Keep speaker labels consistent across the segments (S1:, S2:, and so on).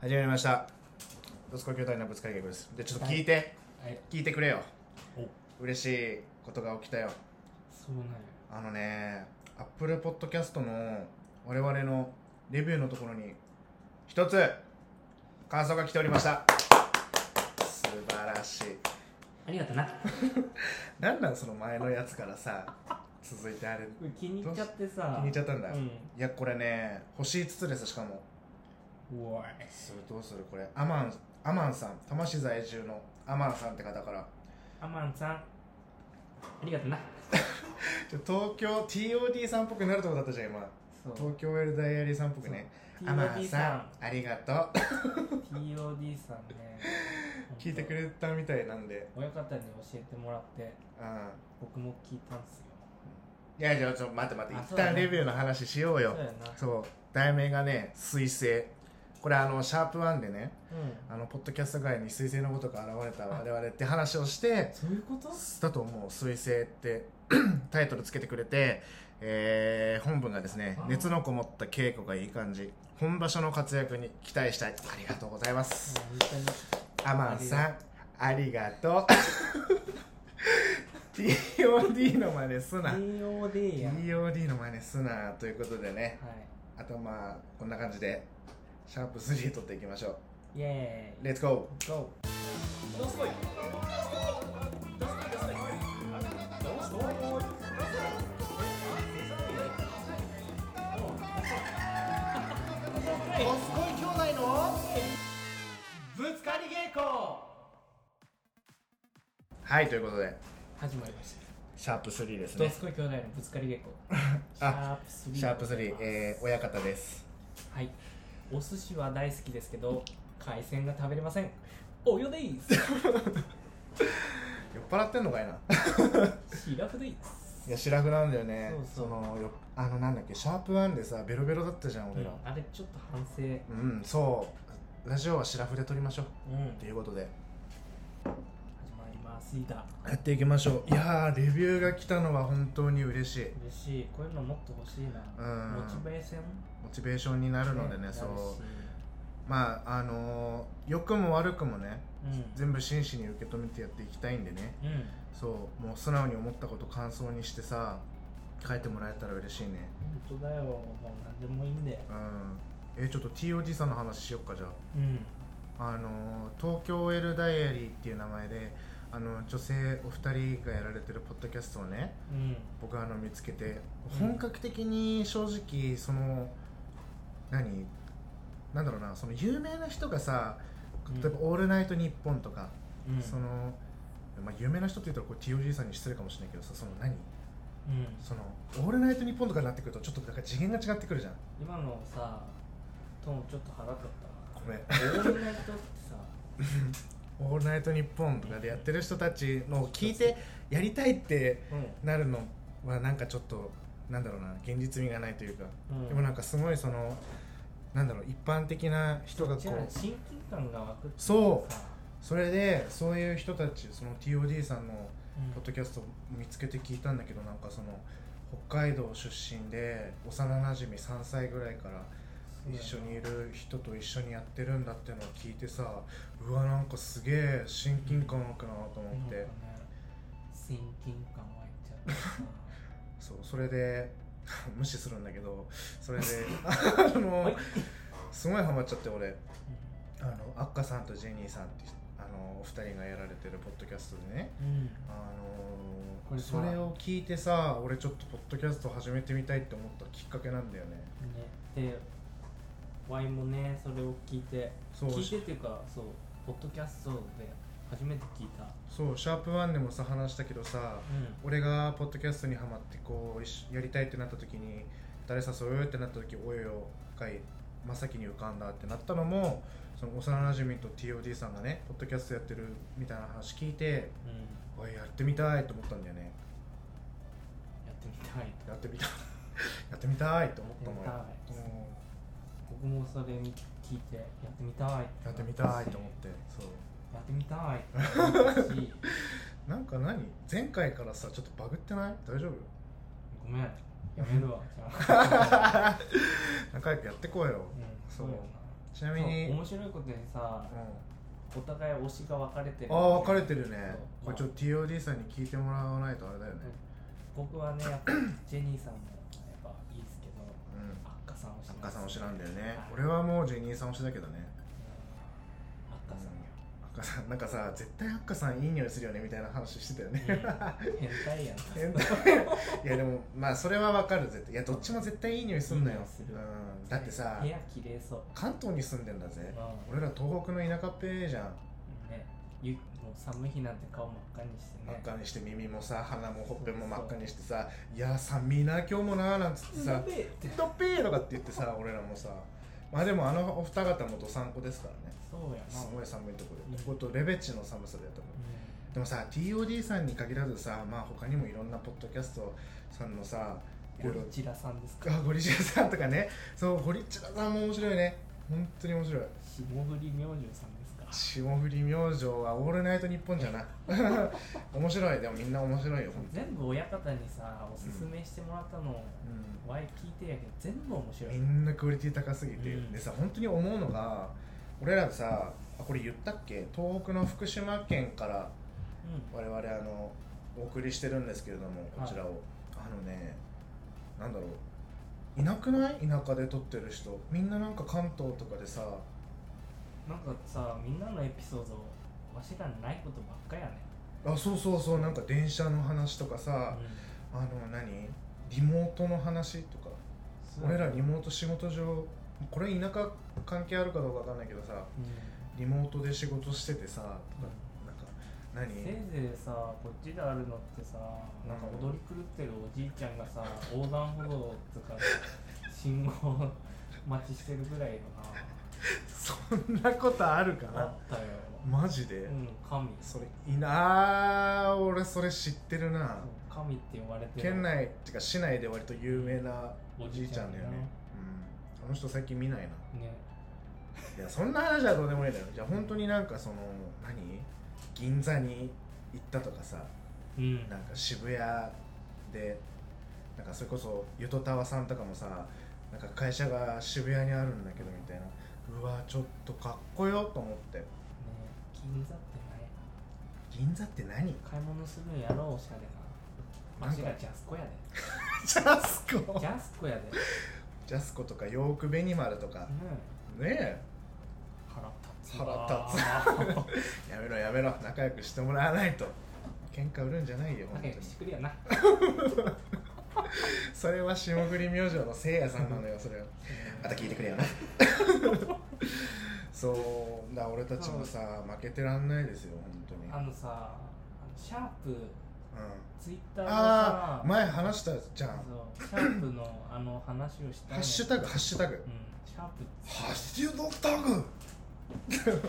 S1: 始まりましたドスコ兄弟のぶつかり劇ですでちょっと聞いて、
S2: はい
S1: 聞いてくれよ
S2: お
S1: 嬉しいことが起きたよ
S2: そうなんや
S1: あのねアップルポッドキャストの我々のレビューのところに一つ感想が来ておりました素晴らしい
S2: ありがとな
S1: なんなんその前のやつからさ続いてあれ
S2: 気に入っちゃってさ
S1: 気に入っちゃったんだ、
S2: うん
S1: いやこれね星5つですしかも
S2: おい
S1: それどうするこれアマンアマンさん多摩市在住のアマンさんって方から
S2: アマンさんありがとな
S1: ちょ東京 TOD さんっぽくなるとこだったじゃん今
S2: そう
S1: 東京 L ダイアリーさんっぽくねアマン
S2: TOD
S1: さんありがとう
S2: ん TOD さんね
S1: 聞いてくれたみたいなんで
S2: 親方に教えてもらって
S1: うん
S2: 僕も聞いたんすよ
S1: いやじゃあちょっと待って待っ
S2: あ
S1: て一
S2: そうだ
S1: 旦
S2: ね
S1: レビューの話しよう
S2: そ
S1: よ
S2: うやな
S1: そう題名がね「彗星」これあのシャープワンでね
S2: うん
S1: あのポッドキャスト界に彗星のことが現れた我々って話をして
S2: そういうこと
S1: だと思う「彗星」って タイトルつけてくれて、えー本文がですね
S2: あ
S1: 「熱のこもった稽古がいい感じ本場所の活躍に期待したい」ありがとうございます、
S2: 本 当に
S1: アマンさんありが とう TOD の真似すな
S2: TOD やはい
S1: TOD の真似すなということでねあとまあこんな感じでシャープ3取っていきましょ
S2: イエ
S1: うレッツゴ
S2: ーイ GO
S1: ーおすごい兄弟のぶつかり稽古はいということで
S2: 始まりました
S1: シャープ3です
S2: ど
S1: ね
S2: すこい兄弟のぶつかり稽古シャー
S1: あ
S2: プ3
S1: シャープ3、えー、親方です
S2: はい。お寿司は大好きですけど、海鮮が食べれません。およでいいっす。
S1: 酔っ払ってんのかいな
S2: シラフでいいっす。
S1: いや白フなんだよね
S2: そうそう
S1: のよあのなんだっけシャープ1でさベロベロだったじゃん俺ら
S2: あれちょっと反省。う。
S1: うん、そうラジオは白フで撮りましょうんということで
S2: 始まります。いいだ。
S1: やっていきましょういやーレビューが来たのは本当に嬉しい
S2: 嬉しい。こういうのもっと欲しいな。
S1: うん
S2: モチベーション
S1: モチベーションにな
S2: あ
S1: るのでねそうまああのー良くも悪くもね
S2: うん。
S1: 全部真摯に受け止めてやっていきたいんでね
S2: うん。
S1: そうもう素直に思ったこと感想にしてさ書いてもらえたら嬉しいね
S2: 本当だよ。もう何でもいいんだよ。
S1: うんえちょっと TOD さんの話しよっかじゃあ
S2: うん。
S1: あの東京 OL ダイアリーっていう名前であの女性お二人がやられてるポッドキャストをね
S2: うん。
S1: 僕はあの見つけて
S2: うん
S1: 本格的に正直その何なんだろうなその有名な人がさ例えば「オールナイトニッポン」とか、
S2: うん。
S1: その、まあ、有名な人って言ったらこれ TOG さんに失礼かもしれないけどさその何
S2: うん。
S1: その「オールナイトニッポン」とかになってくるとちょっとなんか次元が違ってくるじゃん
S2: 今のさ、トーンちょっと腹立っ
S1: ごめん
S2: たな。オールナイトってさ、
S1: 「オールナイトニッポン」とかでやってる人たちのを聞いてやりたいって
S2: う
S1: なるのはなんかちょっとなんだろうな現実味がないというか、
S2: うん
S1: でもなんかすごいそのなんだろう一般的な人がこ
S2: じゃあ
S1: う
S2: 親近感が湧くっていか
S1: そう
S2: さ
S1: それでそういう人たちその TOD さんの
S2: うん
S1: ポッドキャストを見つけて聞いたんだけどなんかその北海道出身で幼なじみ3歳ぐらいから一緒にいる人と一緒にやってるんだってのを聞いてさうわなんかすげえ親近感湧くなと思って。
S2: なんかね親近感湧いちゃったさ
S1: そうそれで 無視するんだけどそれ であ
S2: は
S1: の
S2: い
S1: すごいハマっちゃって俺あのアッカさんとジェニーさんってあのお二人がやられてるポッドキャストでね
S2: うんうん
S1: あ
S2: こ
S1: の
S2: れさ
S1: それを聞いてさ俺ちょっとポッドキャスト始めてみたいって思ったきっかけなんだよね
S2: ねでワイもねそれを聞いて
S1: そう
S2: 聞いてっていうかそうポッドキャストで初めて聞いた
S1: そうシャープワンでもさ話したけどさ
S2: う
S1: 俺がポッドキャストにハマってこう一緒やりたいってなった時に誰誘うよってなった時およよが真っ先に浮かんだってなったのもその幼なじみと TOD さんがねポッドキャストやってるみたいな話聞いて
S2: ん、うん、
S1: おいやってみたいと思ったんだよね
S2: やってみたいと
S1: やってみたい やってみたいと思ったのよ
S2: やってみたい僕もそれ見聞いてやってみたい
S1: うんやってみたいと思ってそう
S2: やってみたいっ て思ったし
S1: なんか何前回からさちょっとバグってない大丈夫
S2: ごめんやめるわじゃあ、
S1: 仲良くやってこうよ
S2: うん、そうやな
S1: ちな
S2: そう
S1: みに、うん、
S2: 面白いことにさお互い推しが分かれてる
S1: ああ分かれてるねこ
S2: そう
S1: れちょっと TOD さんに聞いてもらわないとあれだよね、
S2: 僕はねやっぱジェニーさんもやっぱいいですけど
S1: うん、
S2: アッカさん推し
S1: アッカさん推し
S2: な
S1: なんん
S2: で
S1: だ
S2: す
S1: よ
S2: よ
S1: ね、
S2: はい
S1: 俺はもうジェニーさん推しだけどね
S2: アッカさんよ
S1: アッカさんなんかさ絶対アッカさんいい匂いするよねみたいな話してたよね、
S2: 変態 やん
S1: 変態いやでもまあそれはわかる絶対いやどっちも絶対いい匂いすんのよ
S2: いい匂いする
S1: うん、だってさ
S2: 部屋綺麗そう
S1: 関東に住んでんだぜ
S2: う
S1: 俺ら東北の田舎っぺーじゃん
S2: んねゆもう寒い日なんて顔真っ赤にして
S1: 真っ
S2: ね
S1: 赤にして耳もさ鼻もほっぺも真っ赤にしてさ「いや寒いな今日もな」なんつってさ
S2: やべえって
S1: 「どっぺー」とかって言ってさ俺らもさまあでもあのお二方もどさんこですからね
S2: そうやな
S1: すごい寒いとこで
S2: うん
S1: こことレベチの寒さでやったもん
S2: う
S1: でもさ TOD さんに限らずさまあ他にもいろんなポッドキャストさんのさいろ
S2: ん
S1: いろ
S2: ゴリチラさんですか
S1: あゴリチラさんとかねそうゴリチラさんも面白いね本当に面白い
S2: 霜降り明星さんですか
S1: 霜降り明星はオールナイト日本じゃな 面白いでもみんな面白いよ本当に
S2: 全部親方にさおすすめしてもらったの、
S1: う
S2: わい聞いてやけど全部面白い、
S1: ん、みんなクオリティ高すぎて、
S2: うん
S1: でさ本当に思うのが俺らさあこれ言ったっけ東北の福島県から
S2: う
S1: 我々あのお送りしてるんですけれどもこちらを、あのねなんだろういなくない田舎で撮ってる人みんななんか関東とかでさ
S2: ん、なんかさみんなのエピソードわしらにないことばっかやね、
S1: あそうそうそうなんか電車の話とかさ、
S2: う
S1: あの何リモートの話とか
S2: ん
S1: 俺らリモート仕事上これ田舎関係あるかどうかわかんないけどさ
S2: う
S1: リモートで仕事しててさとかなんか何
S2: ん、せいぜいさこっちであるのってさなんか踊り狂ってるおじいちゃんがさ横断歩道とか信号待ちしてるぐらいよ
S1: そんなことあるか
S2: な
S1: な
S2: あったよ
S1: マジで、
S2: うん神
S1: それいなあー俺それ知ってるな
S2: 神って呼ばれてる
S1: 県内ってか市内で割と有名なおじいちゃんだよねうんあの人最近見ないな
S2: ね
S1: いやそんな話はどうでもいいんだよじゃあ本当になんかその何銀座に行ったとかさ
S2: うん
S1: なんか渋谷でなんかそれこそゆとたわさんとかもさなんか会社が渋谷にあるんだけどみたいなうわちょっとかっこよと思って
S2: ね銀座ってない
S1: 銀座って何
S2: 買い物するんやろおしゃれなわしらジャスコやで
S1: ジャスコ
S2: ジャスコやでうん
S1: ジャスコとかヨークベニマルとかねえ
S2: 腹立つ
S1: 腹
S2: 立
S1: やめろやめろ仲良くしてもらわないと喧嘩売るんじゃないよ本
S2: 仲
S1: 当に
S2: 良くしてくれ やな
S1: それは霜降り明星のせいやさんなのよそれはまた聞いてくれよな そうだ俺たちもさ負けてらんないですよ本当に
S2: あのさあのシャープ
S1: う
S2: ツイッター
S1: ん、
S2: の
S1: あ
S2: さ
S1: あ前話したじゃん
S2: そうシャープのあの話をした
S1: ハッシュタグハッシュタグ
S2: うんシャープ
S1: ハッシュタグ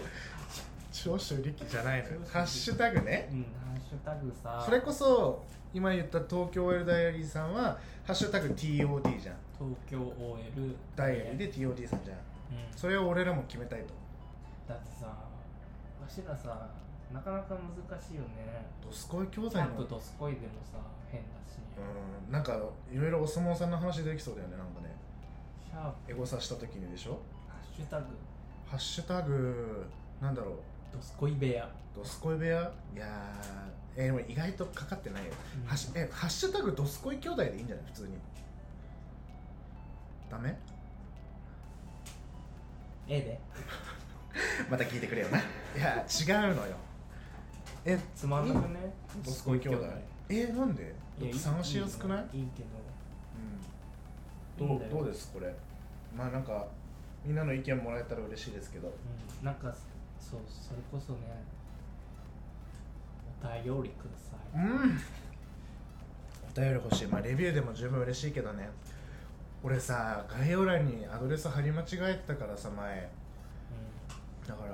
S1: 長州力じゃないのよハッシュタグね
S2: うんハッシュタグさ
S1: それこそ今言った東京 OL ダイアリーさんはハッシュタグ TOD じゃん
S2: 東京 OL
S1: ダイアリーで TOD さんじゃん
S2: うん
S1: それを俺らも決めたいと
S2: だってさわしらさなかなか難しいよね
S1: ドスコイ兄
S2: ち
S1: 弟
S2: ゃ
S1: の
S2: んとドスコイでもさ変だし、
S1: うんなんかいろいろお相撲さんの話できそうだよねなんかね
S2: シャープ
S1: エゴサした時にでしょ
S2: ハッシュタグ
S1: ハッシュタグなんだろう
S2: ドスコイ部屋、
S1: ドスコイ部屋いやーえーでも意外とかかってないよ、ハッシュえハッシュタグドスコイ兄弟でいいんじゃない普通にダメ
S2: ええで
S1: また聞いてくれよないや違うのよえ
S2: つまんなくね
S1: ドスコイ兄弟えー、なんで
S2: い
S1: だっ
S2: や
S1: て探しやすくない
S2: いいけ
S1: うん、ど
S2: どいいん
S1: う
S2: だよ
S1: どうですこれまあなんかみんなの意見もらえたら嬉しいですけど
S2: うん、なんかそうそれこそねお便りください、
S1: うんお便り欲しいまあレビューでも十分嬉しいけどね俺さ概要欄にアドレス貼り間違えたからさ前
S2: う
S1: だから
S2: ん、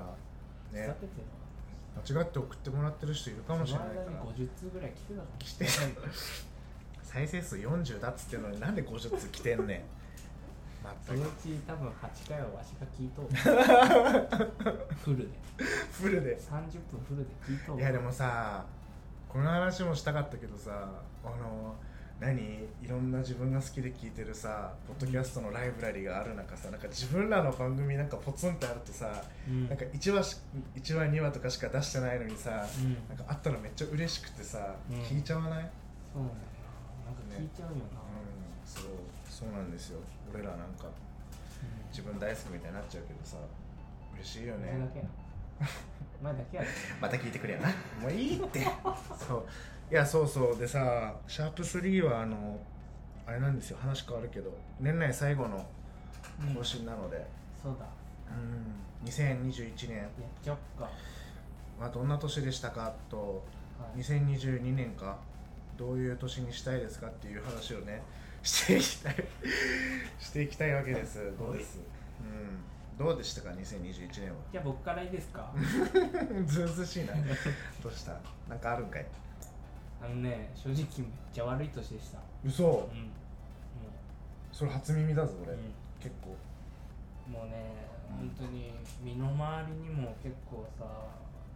S2: ふざ
S1: ね
S2: けて
S1: 間違って送ってもらってる人いるか
S2: な
S1: もし
S2: そ
S1: れ
S2: の
S1: ない
S2: 間
S1: か
S2: に
S1: ら
S2: 50通ぐらい来てたか
S1: 来て再生数40だっつってんのになんで50つ来てんね んまった
S2: らそのう
S1: く
S2: ち多分8回はわしが聞いとう フルで
S1: フルで
S2: 30分フルで聞いとう
S1: い
S2: い
S1: やでもさこの話もしたかったけどさあの何いろんな自分が好きで聞いてるさポッドキャストのライブラリがある中さなんか自分らの番組なんかポツンってあるとさ
S2: うん
S1: なんか1話し1話2話とかしか出してないのにさ
S2: うん
S1: なんかあったらめっちゃ嬉しくてさ
S2: うん
S1: 聞いちゃわない
S2: そうなんだよななんか聞いちゃう
S1: う
S2: よな、
S1: んそうそうなんですよ俺らなんか
S2: うん
S1: 自分大好きみたいになっちゃうけどさ嬉しいよ
S2: お前だ
S1: ね
S2: けやなお前だけやで
S1: また聞いてくれよな もういいってそういやそうそうでさシャープ3はあのあれなんですよ話変わるけど年内最後の更新なので、
S2: そうだ
S1: うん、2021年
S2: やっちゃおっか、は
S1: はどんな年でしたかと
S2: い、
S1: 2022年かどういう年にしたいですかっていう話をね していきたい していきたいわけですどうです、うん、どうでしたか2021年は
S2: じゃあ僕からいいですか
S1: ずうずうしいなどうしたなんかあるんかい
S2: あのね正直めっちゃ悪い年でした
S1: 嘘
S2: うんも
S1: それ初耳だぞ
S2: う、
S1: 俺、
S2: う
S1: 結構
S2: ん、もうね
S1: うん
S2: 本当に身の回りにも結構さ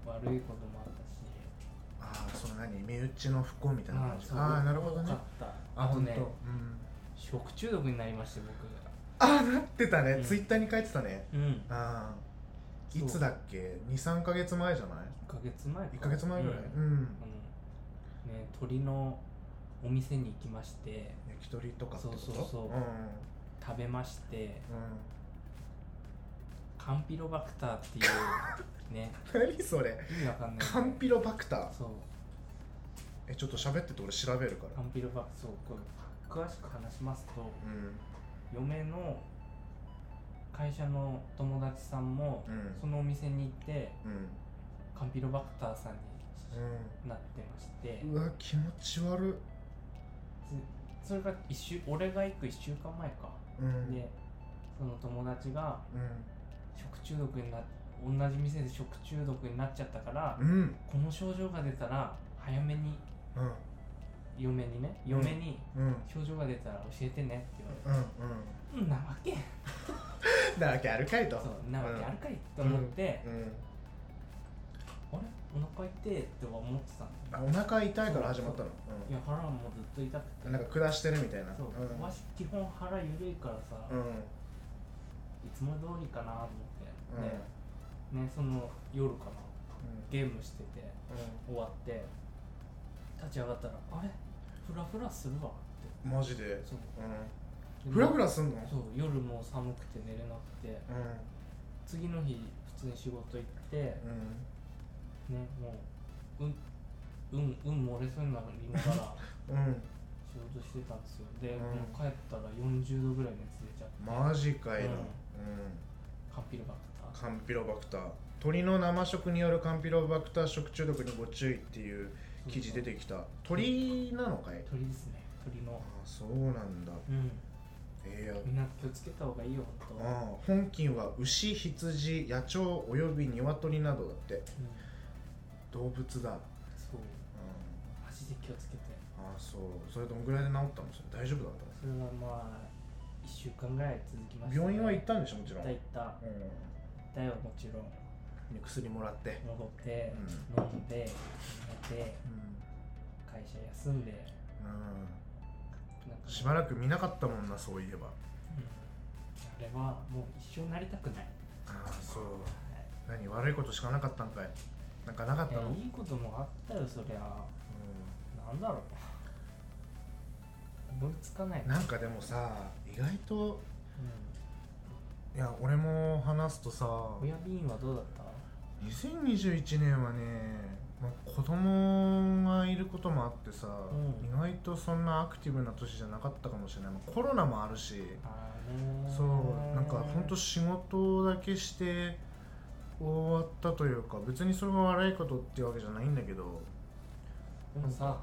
S2: 悪いこともあっ
S1: あ
S2: たし
S1: あその何身内の不幸みたいな感じ
S2: そう
S1: ああなるほどね
S2: 多かった
S1: あ
S2: あと
S1: 本
S2: ね
S1: 当。うん
S2: 食中毒になりまして
S1: ああなってたね、
S2: うん
S1: ツイッターに書いてたね
S2: 僕うん
S1: ああい
S2: そう
S1: つだっけ23か月前じゃない
S2: 1ヶ月前か
S1: 1か月前ぐらい
S2: うん
S1: うん、
S2: あのね鳥のお店に行きまして
S1: 焼き鳥とかってこと
S2: そうそうそう
S1: うんうん
S2: 食べましてカンピロバクターっていうね
S1: 何それ
S2: 意味わかんない
S1: カンピロバクター
S2: そう
S1: えちょっと喋ってて俺調べるか
S2: カ
S1: ら
S2: ンピロバクそうこれ詳しく話しますと
S1: うん
S2: 嫁の会社の友達さんも
S1: うん
S2: そのお店に行って
S1: うん
S2: カンピロバクターさんになってまして
S1: うんうわ気持ち悪っ
S2: つそれが一週俺が行く1週間前か
S1: うん
S2: でその友達が
S1: うん
S2: 食中毒にな同じ店で食中毒になっちゃったから
S1: うんうん
S2: この症状が出たら早めに嫁にね嫁に
S1: うんうん
S2: 症状が出たら教えてねって言わ
S1: うん
S2: れて、うん、なわけ
S1: なわけあるかいと
S2: そうなわけあるかいと思って、
S1: うん
S2: あれお腹痛いっては思ってたんだ
S1: あお腹痛いから始まったの
S2: いや腹もずっと痛く
S1: う
S2: て
S1: んなんか下してるみたいな
S2: そう、
S1: うん
S2: わし基本腹緩いからさ、
S1: う
S2: い
S1: ん
S2: つも通りかなと
S1: うん
S2: 思って、でねその夜かな
S1: うん
S2: ゲームしてて終わって立ち上がったらあれフラフラするわって
S1: マジで
S2: そう
S1: うんフ
S2: で
S1: ラフラすんの
S2: そう夜も寒くて寝れなくて
S1: うん
S2: 次の日普通に仕事行って
S1: う
S2: ね
S1: ん
S2: もううんうんうん漏れそうになりな が
S1: う
S2: ら
S1: ん
S2: 仕事してたんですよで、
S1: うん
S2: もう帰ったら40度ぐらい熱出ちゃって
S1: マジかいな、
S2: う
S1: うんん
S2: カンピルバクター
S1: カンピロバクター鳥の生食によるカンピロバクター食中毒にご注意っていう記事出てきた鳥なのかい
S2: 鳥ですね鳥
S1: あ
S2: の
S1: そうなんだ
S2: うん
S1: ええや
S2: みんな気をつけた方がいいよほんと、
S1: ああ本菌は牛羊野鳥および鶏などだって
S2: うん、
S1: 動物だ、うん、
S2: そうマジで気をつけて
S1: ああそうそれどんぐらいで治ったのそれ大丈夫だっ
S2: それはまあ1週間ぐらい続き
S1: たの
S2: ましたね、
S1: 病院は行ったんでしょもちろ
S2: 行っ
S1: ん、
S2: た
S1: う
S2: 行った
S1: ん、
S2: 行ったよもちろん
S1: 薬もらって、
S2: 戻って、飲んで寝て
S1: う
S2: 会社休んで
S1: んうん、
S2: なんか
S1: しばらく見なかったもんなそういえば
S2: うん、あれはもう一生なりたくない、
S1: ああそう
S2: はい
S1: 何悪いことしかなかったんかいなんかなかっ
S2: い
S1: た
S2: や
S1: の、うん、
S2: いいこともあったよそりゃなんだろう思いつかない
S1: なんかでもさ意外と
S2: う
S1: いや俺も話すとさ
S2: ん、親便はどうだった
S1: 2021年はね、まあ、子供がいることもあってさ、
S2: うん
S1: 意外とそんなアクティブな年じゃなかったかもしれない、まあコロナもあるし
S2: あーねー
S1: そうなんかほんと仕事だけして終わったというか別にそれが悪いことってわけじゃないんだけど
S2: でもさ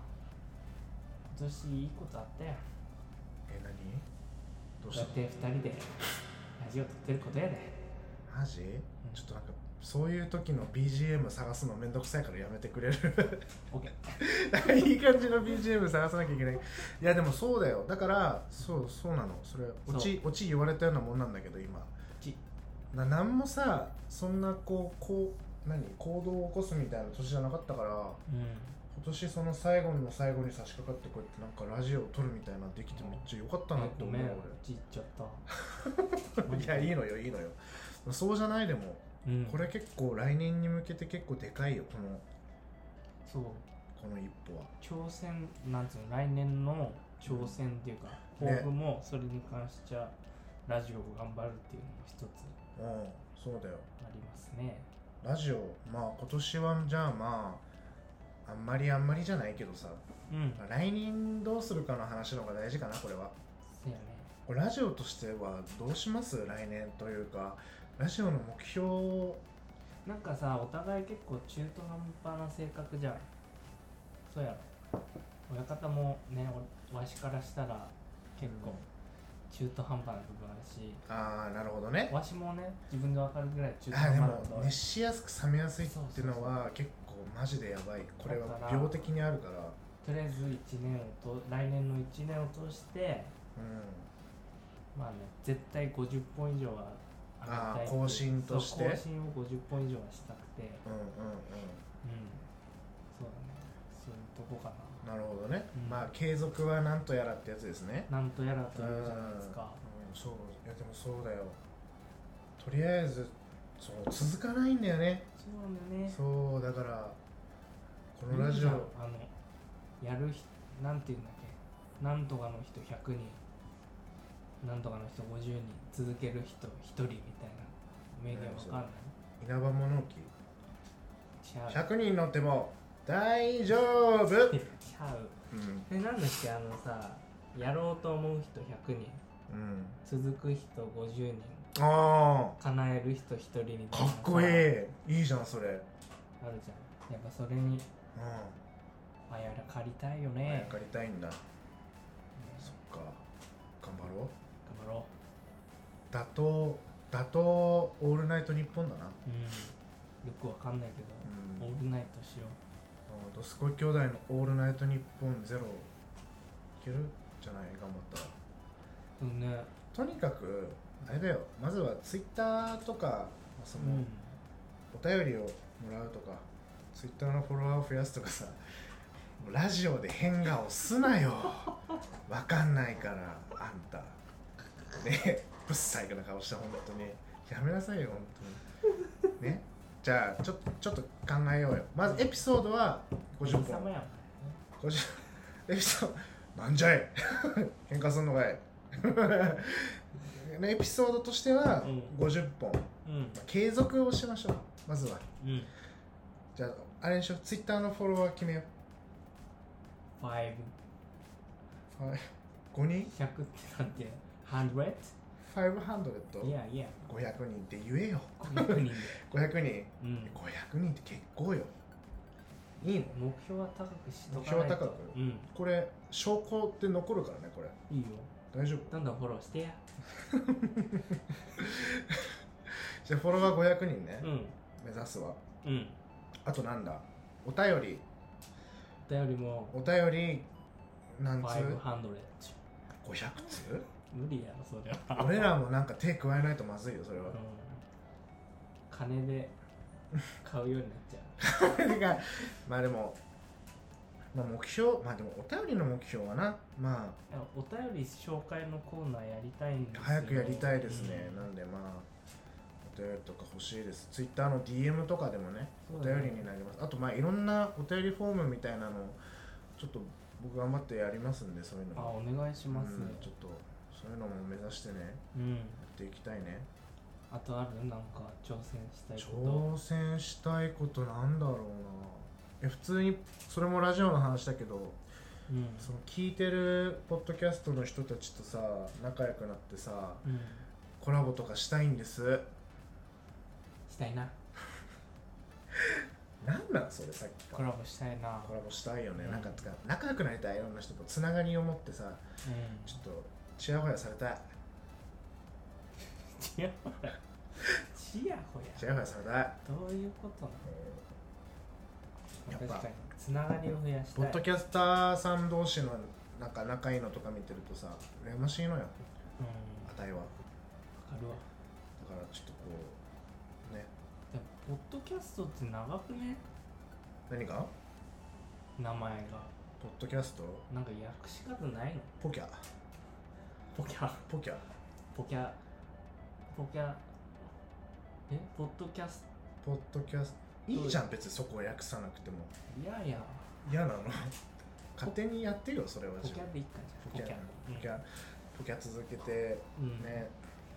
S2: 今年いいことあったよ
S1: え何どうし
S2: だ
S1: た
S2: って二人でラジオ撮ってることやで
S1: マジちょっとなんかそういう時の BGM 探すのめんどくさいからやめてくれる
S2: OK
S1: いい感じの BGM 探さなきゃいけないいやでもそうだよだからそうそうなのそれ
S2: そう
S1: オチオチ言われたようなもんなんだけど今
S2: ち
S1: な何もさそんなこうこう何行動を起こすみたいな年じゃなかったから
S2: うん
S1: 本今年その最後の最後に差し掛かってこうやってなんかラジオを撮るみたいなのできてめっちゃ良かったなって
S2: ご
S1: 思う
S2: めん
S1: 俺
S2: こっち行っちゃった
S1: いやいいのよいいのよそうじゃないでも、
S2: うん
S1: これ結構来年に向けて結構でかいよこの
S2: そう
S1: この一歩は
S2: 挑戦なんつうの来年の挑戦っていうか
S1: ね
S2: 抱負もそれに関してはラジオを頑張るっていうのも一
S1: うん
S2: つ
S1: そうだよ
S2: ありますね
S1: ラジオまあ今年はじゃあまああんまりあんまりじゃないけどさ
S2: うんそ
S1: 来年どうするかの話の方が大事かなこれは
S2: うやね
S1: これラジオとしてはどうします来年というかラジオの目標を
S2: なんかさお互い結構中途半端な性格じゃんそうやろ親方もねおわしからしたら結構中途半端な部分あるし
S1: ああなるほどね
S2: わしもね自分で分かるぐらい中途
S1: あ
S2: 半
S1: で
S2: 端な
S1: も
S2: ことある
S1: 熱しやすく冷めやすいっていうのは結構マジでやばいこれは病的にあるから
S2: とりあえず1年をと来年の1年を通して
S1: うん
S2: まあね絶対50本以上は上げた
S1: あ
S2: いっていう
S1: ー更新として
S2: そう更新を50本以上はしたくてうん
S1: うんうん
S2: そうだねそういうとこか
S1: うんなるほどね、
S2: うん
S1: まあ継続はなんとやらってやつですね
S2: ななんとやらというじゃないですか
S1: うん、そういやでもそうだよとりあえずそう続かないんだよね
S2: そうなんだよね
S1: そうだからこのラ
S2: いい
S1: ジ
S2: じ
S1: オ
S2: ゃんあのやるひなんていうんだっけなんとかの人100人なんとかの人50人続ける人1人みたいな名言わかんない
S1: 稲葉物置
S2: ちゃう
S1: 100人乗っても大丈夫、うん、
S2: ちゃうえなんだっけあのさやろうと思う人100人
S1: うん
S2: 続く人50人
S1: あ
S2: 叶える人1人み
S1: あ
S2: た
S1: か
S2: いな
S1: っ
S2: さ
S1: こい
S2: ある
S1: いいいじゃんそれうん
S2: じゃんやっぱそれにあやらかりたいよ
S1: あや
S2: ね
S1: かりたいんだそ
S2: ね
S1: っか頑張ろう
S2: 頑張ろ
S1: 打倒打倒オールナイトニッポンだな
S2: ううんよくわかんないけ
S1: うん
S2: ど、オールナイトしよ
S1: あードスコイ兄弟の「オールナイトニッポンゼロいけるじゃない頑張ったら
S2: ううんね
S1: とにかくあれだよまずはツイッターとかその、
S2: うん
S1: お便りをもらうとかツイッターのフォロワーを増やすとかさラジオで変顔すなよわかんないからあんたねぶっさいくな顔して本当にやめなさいよ本当にねじゃあちょちょっと考えようよまずエピソードは50
S2: 貴
S1: 本
S2: 様やもんね
S1: 50エピソードなんじゃい 喧嘩すんのかい ねエピソードとしては50本、まあ継続をしましょうまずは
S2: うんうん
S1: じゃああれにしようツイッターのフォロワー決めよ
S2: 5100
S1: うはい5人
S2: ってなんて 100? い
S1: ?500?500
S2: や いや
S1: 人って言えよ
S2: 500人で、
S1: 500人
S2: うん、
S1: 500人って結構よいいの
S2: 目標は高くしとか
S1: 目
S2: ないと
S1: 標は高く
S2: うん
S1: これ証拠って残るからねこれ
S2: いいよ
S1: 大丈夫
S2: どんどんフォローしてや
S1: じゃあフォロワー500人ね、
S2: うん
S1: 目指すわ
S2: うん
S1: あとなんだお便り
S2: お便りも
S1: お便りなんつ
S2: 500
S1: 500通
S2: 無理やろそれ は、
S1: 俺らもなんか手加えないとまずいよそれ
S2: う
S1: は
S2: ん、金で買うようになっちゃう
S1: そ れがまあでも、まあ、目標まあでもお便りの目標はなまあ
S2: いや お便り紹介のコーナーやりたいんですよ
S1: 早くやりたいですね、
S2: うん
S1: なんでまあお便りとか欲しいですツイッターの DM とかでもね
S2: そ
S1: お
S2: うだね
S1: 便りになりますあとまあいろんなお便りフォームみたいなのちょっと僕頑張ってやりますんでそういうの
S2: あ
S1: も
S2: お願いします、
S1: うんちょっとそういうのも目指してね
S2: うん
S1: やっていきたいね
S2: あとあるなんか挑戦したいこ
S1: 挑戦したいことなんだろうなえ普通にそれもラジオの話だけど
S2: とうん
S1: その聞いてるポッドキャストの人たちとさ仲良くなってさ
S2: うん
S1: コラボとかしたいんです
S2: したいな
S1: なんなんそれさっきか
S2: コ
S1: ら
S2: ラボしたいな
S1: コラボしたいよね、
S2: うん
S1: なんかつか仲良くなりたいいろんな人とつながりを持ってさ
S2: うん
S1: ちょっとちやほやされたい
S2: ちやほやちやほ
S1: ち
S2: や
S1: やほやされたい、
S2: どういうこと
S1: や
S2: な
S1: っ
S2: の
S1: ぱ
S2: 確かにつながりを増やした
S1: ポ
S2: い
S1: ッドキャスターさん同士のなんか仲いいのとか見てるとさ羨ましいのよ
S2: うん
S1: あたいはだか
S2: わかるわ
S1: らちょっとこうね
S2: でもポッドキャストって長くね
S1: 何が
S2: 名前が
S1: ポッドキャスト
S2: なんか訳し方ないの
S1: ポキャ
S2: ポキャ
S1: ポキャ
S2: ポキャポキャえポッドキャス
S1: ポッドキャストいいじゃん別にそこを訳さなくても
S2: いやいや
S1: 嫌な の勝手にやってよそれは
S2: ポキ
S1: 自分
S2: ャでいいかじゃん
S1: ポキャ
S2: うん
S1: ポキャポキャ続けて
S2: うん
S1: ね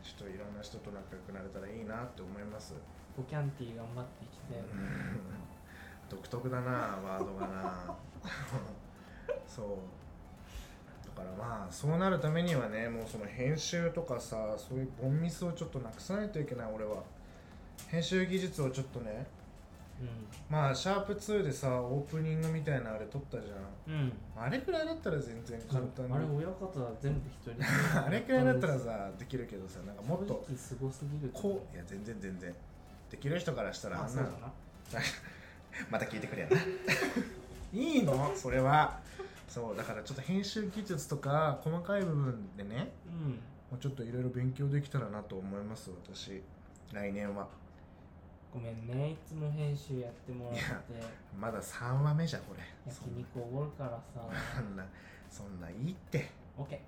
S1: ちょっといろんな人と仲良くなれたらいいなって思います
S2: ポキャンティー頑張ってきて
S1: 独特だなワードが なそうだからまあそうなるためにはねもうその編集とかさそういうボンミスをちょっとなくさないといけない俺は編集技術をちょっとねまあシャープ2でさオープニングみたいなあれ撮ったじゃ
S2: うんうん
S1: んあれくらいだったら全然簡単に
S2: あれ親方は全部一人で
S1: あれくらいだったらさできるけどさなんかもっと
S2: 正直すごすぎる
S1: こういや全然全然できる人からしたら
S2: あ
S1: あん
S2: そうだ
S1: な
S2: な
S1: のまた聞いてくれやないいのそれはそうだからちょっと編集技術とか細かい部分でね
S2: うん
S1: もうちょっといろいろ勉強できたらなと思います私来年は
S2: ごめんねいつも編集やってもらって
S1: まだ3話目じゃこれ
S2: 焼
S1: そんな
S2: 肉おごるからさ
S1: そんなそんないいって
S2: オッケ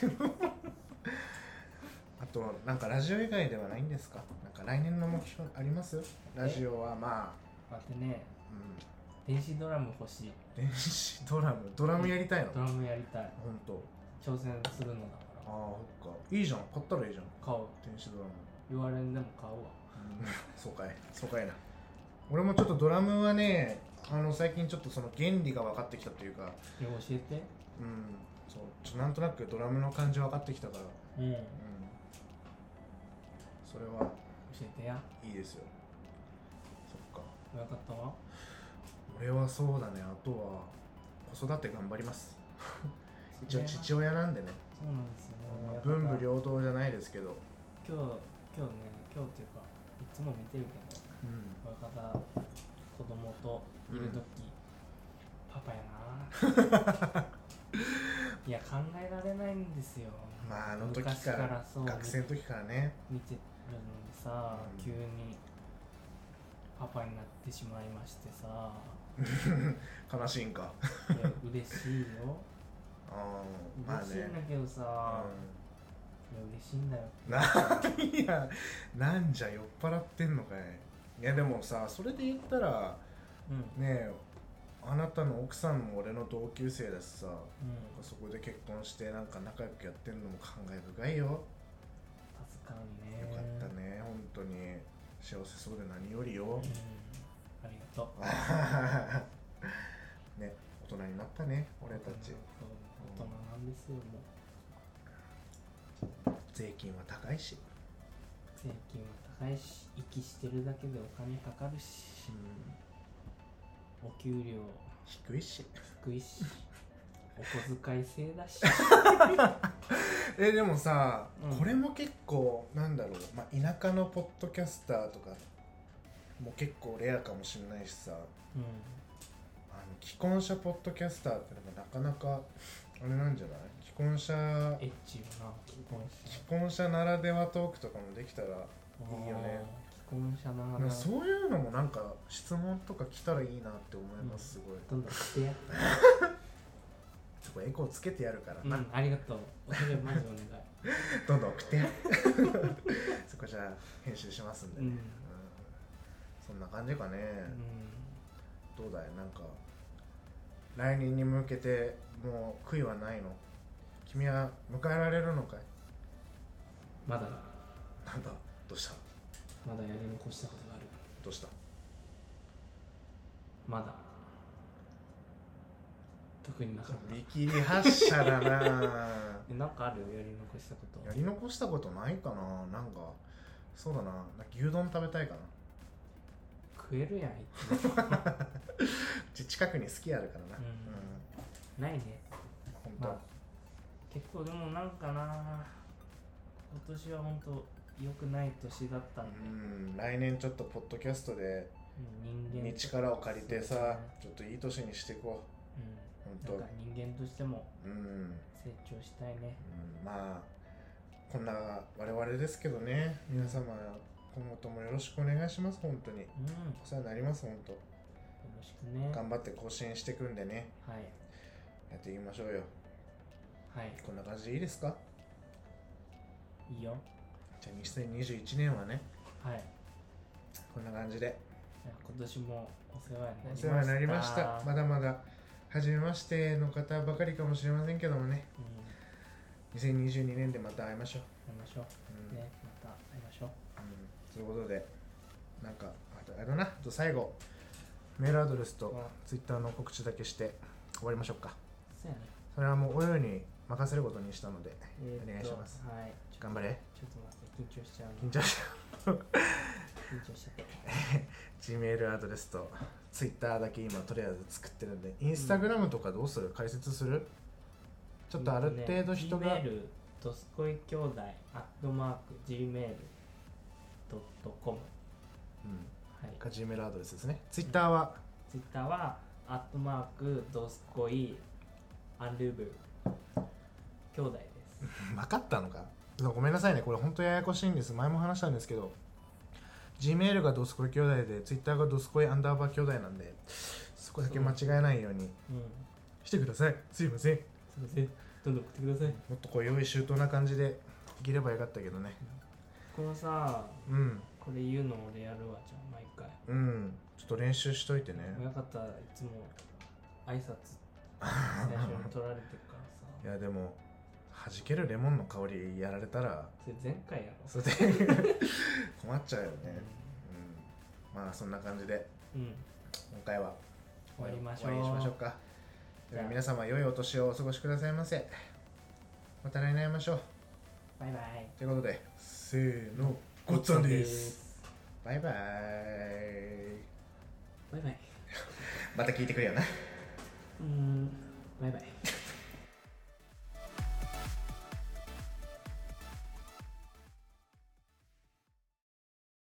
S2: ー
S1: なんか あとなんかラジオ以外ではないんですかなんか来年の目標ありますラジオはま
S2: 待ってね
S1: あ、
S2: 電子ドラム欲しい
S1: うん、電子ドラムドラムやりたいの
S2: ドラムやりたい
S1: 本当。
S2: 挑戦するのだ
S1: ああ
S2: か
S1: そっかいいじゃん買ったらいいじゃん
S2: ら買う
S1: 電子ドラム
S2: 言われんでも買うわ
S1: そうかいそうかいな俺もちょっとドラムはねあの最近ちょっとその原理が分かってきたというか
S2: え教え
S1: う
S2: て
S1: んそうちょっとなんとなくドラムの感じ分かってきたからうん
S2: うん教
S1: それは
S2: えてや
S1: いいですよそっか
S2: 親方は
S1: 俺はそうだねあとは子育て頑張ります一応父親なんでね
S2: そうなんですよね親方
S1: 文武両道じゃないですけど
S2: 今日今日ね今日っていうかいつも見てるけど
S1: うん
S2: 親方子供といる時、パパやな いや考えられないんですよ
S1: まああの時
S2: 昔
S1: か
S2: かららそう
S1: 学生の時からね
S2: 見てるのでさ、
S1: うん
S2: 急にパパになってしまいまし てさ
S1: 悲しいんか
S2: いや嬉しいよ
S1: あーまあ
S2: 嬉しいんだ
S1: ね、
S2: けどさ、
S1: うん
S2: いや嬉しいんだよ
S1: なんやなん じゃ酔っ払ってんのかいいやでもさそれで言ったら
S2: うんうん
S1: ねえあなたの奥さんも俺の同級生だしさそこで結婚してなんか仲良くやってんのも感慨深いよよ
S2: 助かるね
S1: かったね本当に幸せそうで何より
S2: う
S1: よ
S2: んありがとう
S1: あははは ね大人になったね俺たち
S2: 大人なんですよもう
S1: 税金は高いし
S2: 税金は高いし息してるだけでお金かかるし
S1: うん
S2: お給料
S1: 低いし
S2: 低いしお小遣い制だ し
S1: えでもさ、
S2: うん
S1: これも結構なんだろう、まあ、田舎のポッドキャスターとかも結構レアかもしれないしさ
S2: うん
S1: あの既婚者ポッドキャスターってのがなかなかあれなんじゃない既婚者
S2: エッチよな既婚者
S1: 既婚者ならではトークとかもできたらいいよね
S2: あー既婚者な
S1: な
S2: ら
S1: んか
S2: ど
S1: そういうのもなんか質問とか来たらいいなって思います、すごい
S2: んどんしてや
S1: そこエコーつけてやるから
S2: う
S1: な、
S2: んありがとうお手紙マジお願い
S1: どんどん送って そこじゃあ編集しますんで
S2: う
S1: ね、
S2: ん、う
S1: うん
S2: ん、
S1: そんな感じかね、どうだいなんか来年に向けてもう悔いはないの君は迎えられるのかい
S2: まだ
S1: なんだどうした
S2: まだやり残したことがある
S1: どう した
S2: まだ特になかっ
S1: 見切り発車だな
S2: たえなんかあるやり残したこと
S1: やり残したことないかななんかそうだななんか牛丼食べたいかな
S2: 食えるやんいつも
S1: うち近くに好きあるからな
S2: う
S1: う
S2: んないね
S1: ん本当、
S2: まあ結構でもなんかな今年は本当良くない年だったんで、
S1: うん来年ちょっとポッドキャストで
S2: 人間
S1: に
S2: と
S1: 力を借りて
S2: そうだ
S1: さ
S2: ね
S1: ちょっといい年にしていこう
S2: うん、
S1: 本
S2: なんか人間としても
S1: 当うん
S2: 成長したいね
S1: うんまあこんな我々ですけどね皆様今後ともよろしくお願いします本当に
S2: うん
S1: お世話になります本当
S2: おろしくね
S1: 頑張って更新してくんでね
S2: はい
S1: やっていきましょうよ
S2: はい
S1: こんな感じでいいですか
S2: いいよ
S1: じゃあ2021年はね
S2: はい
S1: こんな感じで
S2: 今年もお世話になりま
S1: お
S2: した
S1: 世話になりましたまだまだ初めましての方ばかりかもしれませんけどもね
S2: うんや
S1: 2022年でまた会いましょう、
S2: りましょ
S1: うん
S2: うねまた会いましょう
S1: うん、ということでなんかあとあれだなあと最後メールアドレスとツイッターの告知だけして終わりましょうか
S2: そうやね
S1: それはもうおよに任せることにしたので
S2: えーっと
S1: お願いします
S2: はいちょ
S1: 頑張れ
S2: ちょっと待って緊張しちゃ
S1: 緊
S2: うね
S1: 張 し
S2: 緊張しちゃって
S1: Gmail アドレスと Twitter だけ今とりあえず作ってるんで Instagram とかどうする解説するちょっとある程度人が、
S2: Gmail ドスコイ兄弟アットマーク Gmail ドットコム
S1: う
S2: はい
S1: ん、か Gmail アドレスですね Twitter は、
S2: ツイッターは、アットマーク、ドスコイ、アンルーブ、兄弟です。
S1: 分かったのかごめんなさいねこれ本当ややこしいんです前も話したんですけど Gmail がドスコイ兄弟で Twitter がドスコイアンダーバー兄弟なんでそこだけ間違えないように
S2: うん。
S1: してくださいすいません
S2: すいません。どんどん送ってください。
S1: もっとこう用意周到な感じでできればよかったけどね
S2: このさ、
S1: うん
S2: これ言うの俺やるわ、じゃあ毎回。
S1: うんちょっと練習しといてね
S2: 親方、いつも挨拶、最初に取られ てるからさ。
S1: いやでも弾けるレモンの香りやられたら
S2: それ前回やろ。
S1: それで 困っちゃうよね、うん、まあそんな感じで
S2: うん。うん。
S1: 今回は
S2: 終わりましょう
S1: 終わにしましょうかでは皆様良いお年をお過ごしくださいませまた来年会いましょう
S2: バイバイ。
S1: ということでせーのごっつぁんです。バイバイ
S2: バイバイ。
S1: また聞いてくれよな
S2: うーん。バイバイ。